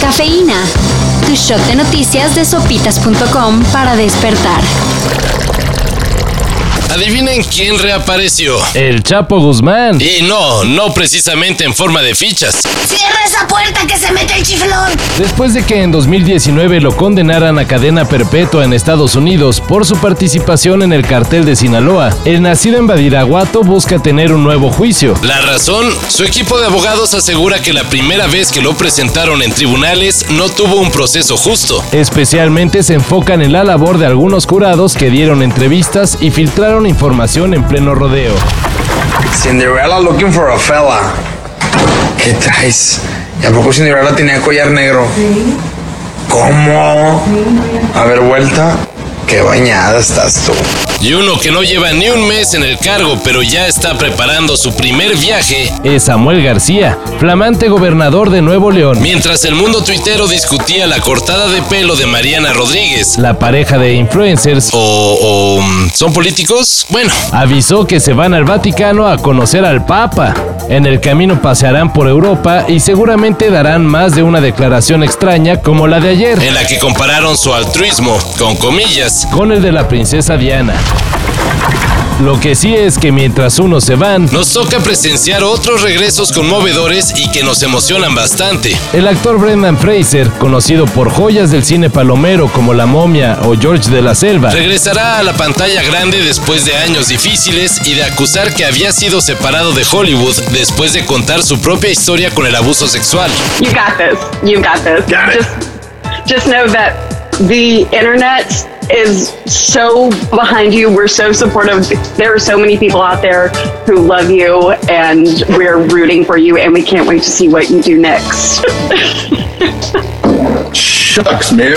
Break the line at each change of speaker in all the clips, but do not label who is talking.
Cafeína. Tu shot de noticias de sopitas.com para despertar.
Adivinen quién reapareció.
El Chapo Guzmán.
Y no, no precisamente en forma de fichas.
¡Cierra esa puerta que se mete el chiflón!
Después de que en 2019 lo condenaran a cadena perpetua en Estados Unidos por su participación en el cartel de Sinaloa, el nacido en Badiraguato busca tener un nuevo juicio.
La razón, su equipo de abogados asegura que la primera vez que lo presentaron en tribunales no tuvo un proceso justo.
Especialmente se enfocan en la labor de algunos jurados que dieron entrevistas y filtraron información en pleno rodeo.
Cinderella looking for a fella. ¿Qué traes? ¿Y a poco Cinderella tenía collar negro? ¿Cómo? A ver, vuelta. Qué bañada estás tú.
Y uno que no lleva ni un mes en el cargo, pero ya está preparando su primer viaje.
Es Samuel García, flamante gobernador de Nuevo León.
Mientras el mundo tuitero discutía la cortada de pelo de Mariana Rodríguez.
La pareja de influencers
O, o, mm, ¿Son políticos? Bueno,
avisó que se van al Vaticano a conocer al Papa. En el camino pasearán por Europa y seguramente darán más de una declaración extraña como la de ayer,
en la que compararon su altruismo, con comillas,
con el de la princesa Diana. Lo que sí es que mientras unos se van,
nos toca presenciar otros regresos conmovedores y que nos emocionan bastante.
el actor Brendan Fraser, conocido por joyas del cine palomero como La Momia o George de la Selva,
Regresará a la pantalla grande después de años difíciles y de acusar que había sido separado de Hollywood después de contar su propia historia con el abuso sexual.
You got this. You got this.
Got it.
Just, just know that the internet is so behind you. We're so supportive. There are so many people out there who love you, and we're rooting for you, and we can't wait to see what you do next.
Shucks, man.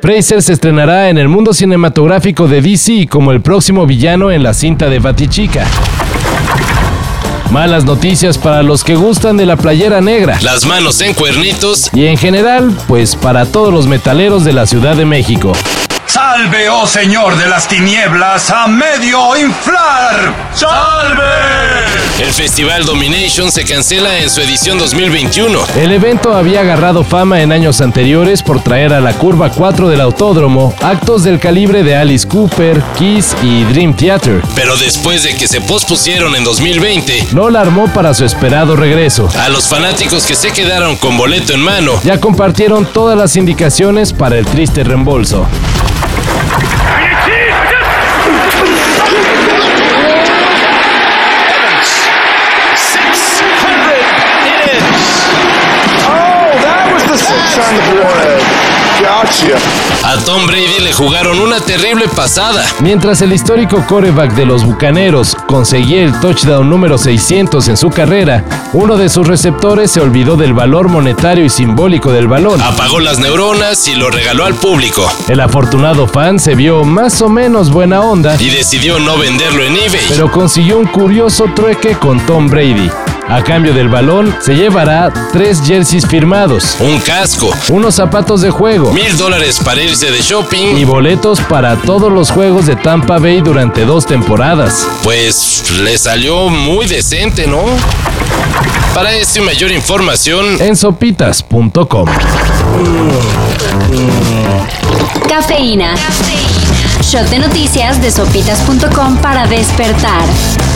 Fraser se estrenará en el mundo cinematográfico de DC como el próximo villano en la cinta de Batichica. Malas noticias para los que gustan de la playera negra.
Las manos en cuernitos.
Y en general, pues para todos los metaleros de la Ciudad de México.
Salve, oh Señor de las tinieblas, a medio inflar. Salve.
El festival Domination se cancela en su edición 2021.
El evento había agarrado fama en años anteriores por traer a la curva 4 del autódromo actos del calibre de Alice Cooper, Kiss y Dream Theater.
Pero después de que se pospusieron en 2020,
No la armó para su esperado regreso.
a los fanáticos que se quedaron con boleto en mano,
Ya compartieron todas las indicaciones para el triste reembolso.
a Tom Brady le jugaron una terrible pasada.
Mientras el histórico coreback de los Bucaneros conseguía el touchdown número 600 en su carrera, uno de sus receptores se olvidó del valor monetario y simbólico del balón.
Apagó las neuronas y lo regaló al público.
El afortunado fan se vio más o menos buena onda,
Y decidió no venderlo en eBay.
pero consiguió un curioso trueque con Tom Brady. A cambio del balón, se llevará tres jerseys firmados,
Un casco.
unos zapatos de juego
Mil dólares para irse de
y
shopping.
boletos para todos los juegos de Tampa Bay durante dos temporadas.
Pues le salió muy decente, ¿no? Para esto y mayor información,
En sopitas.com.
Cafeína. Shot de noticias de sopitas.com para despertar.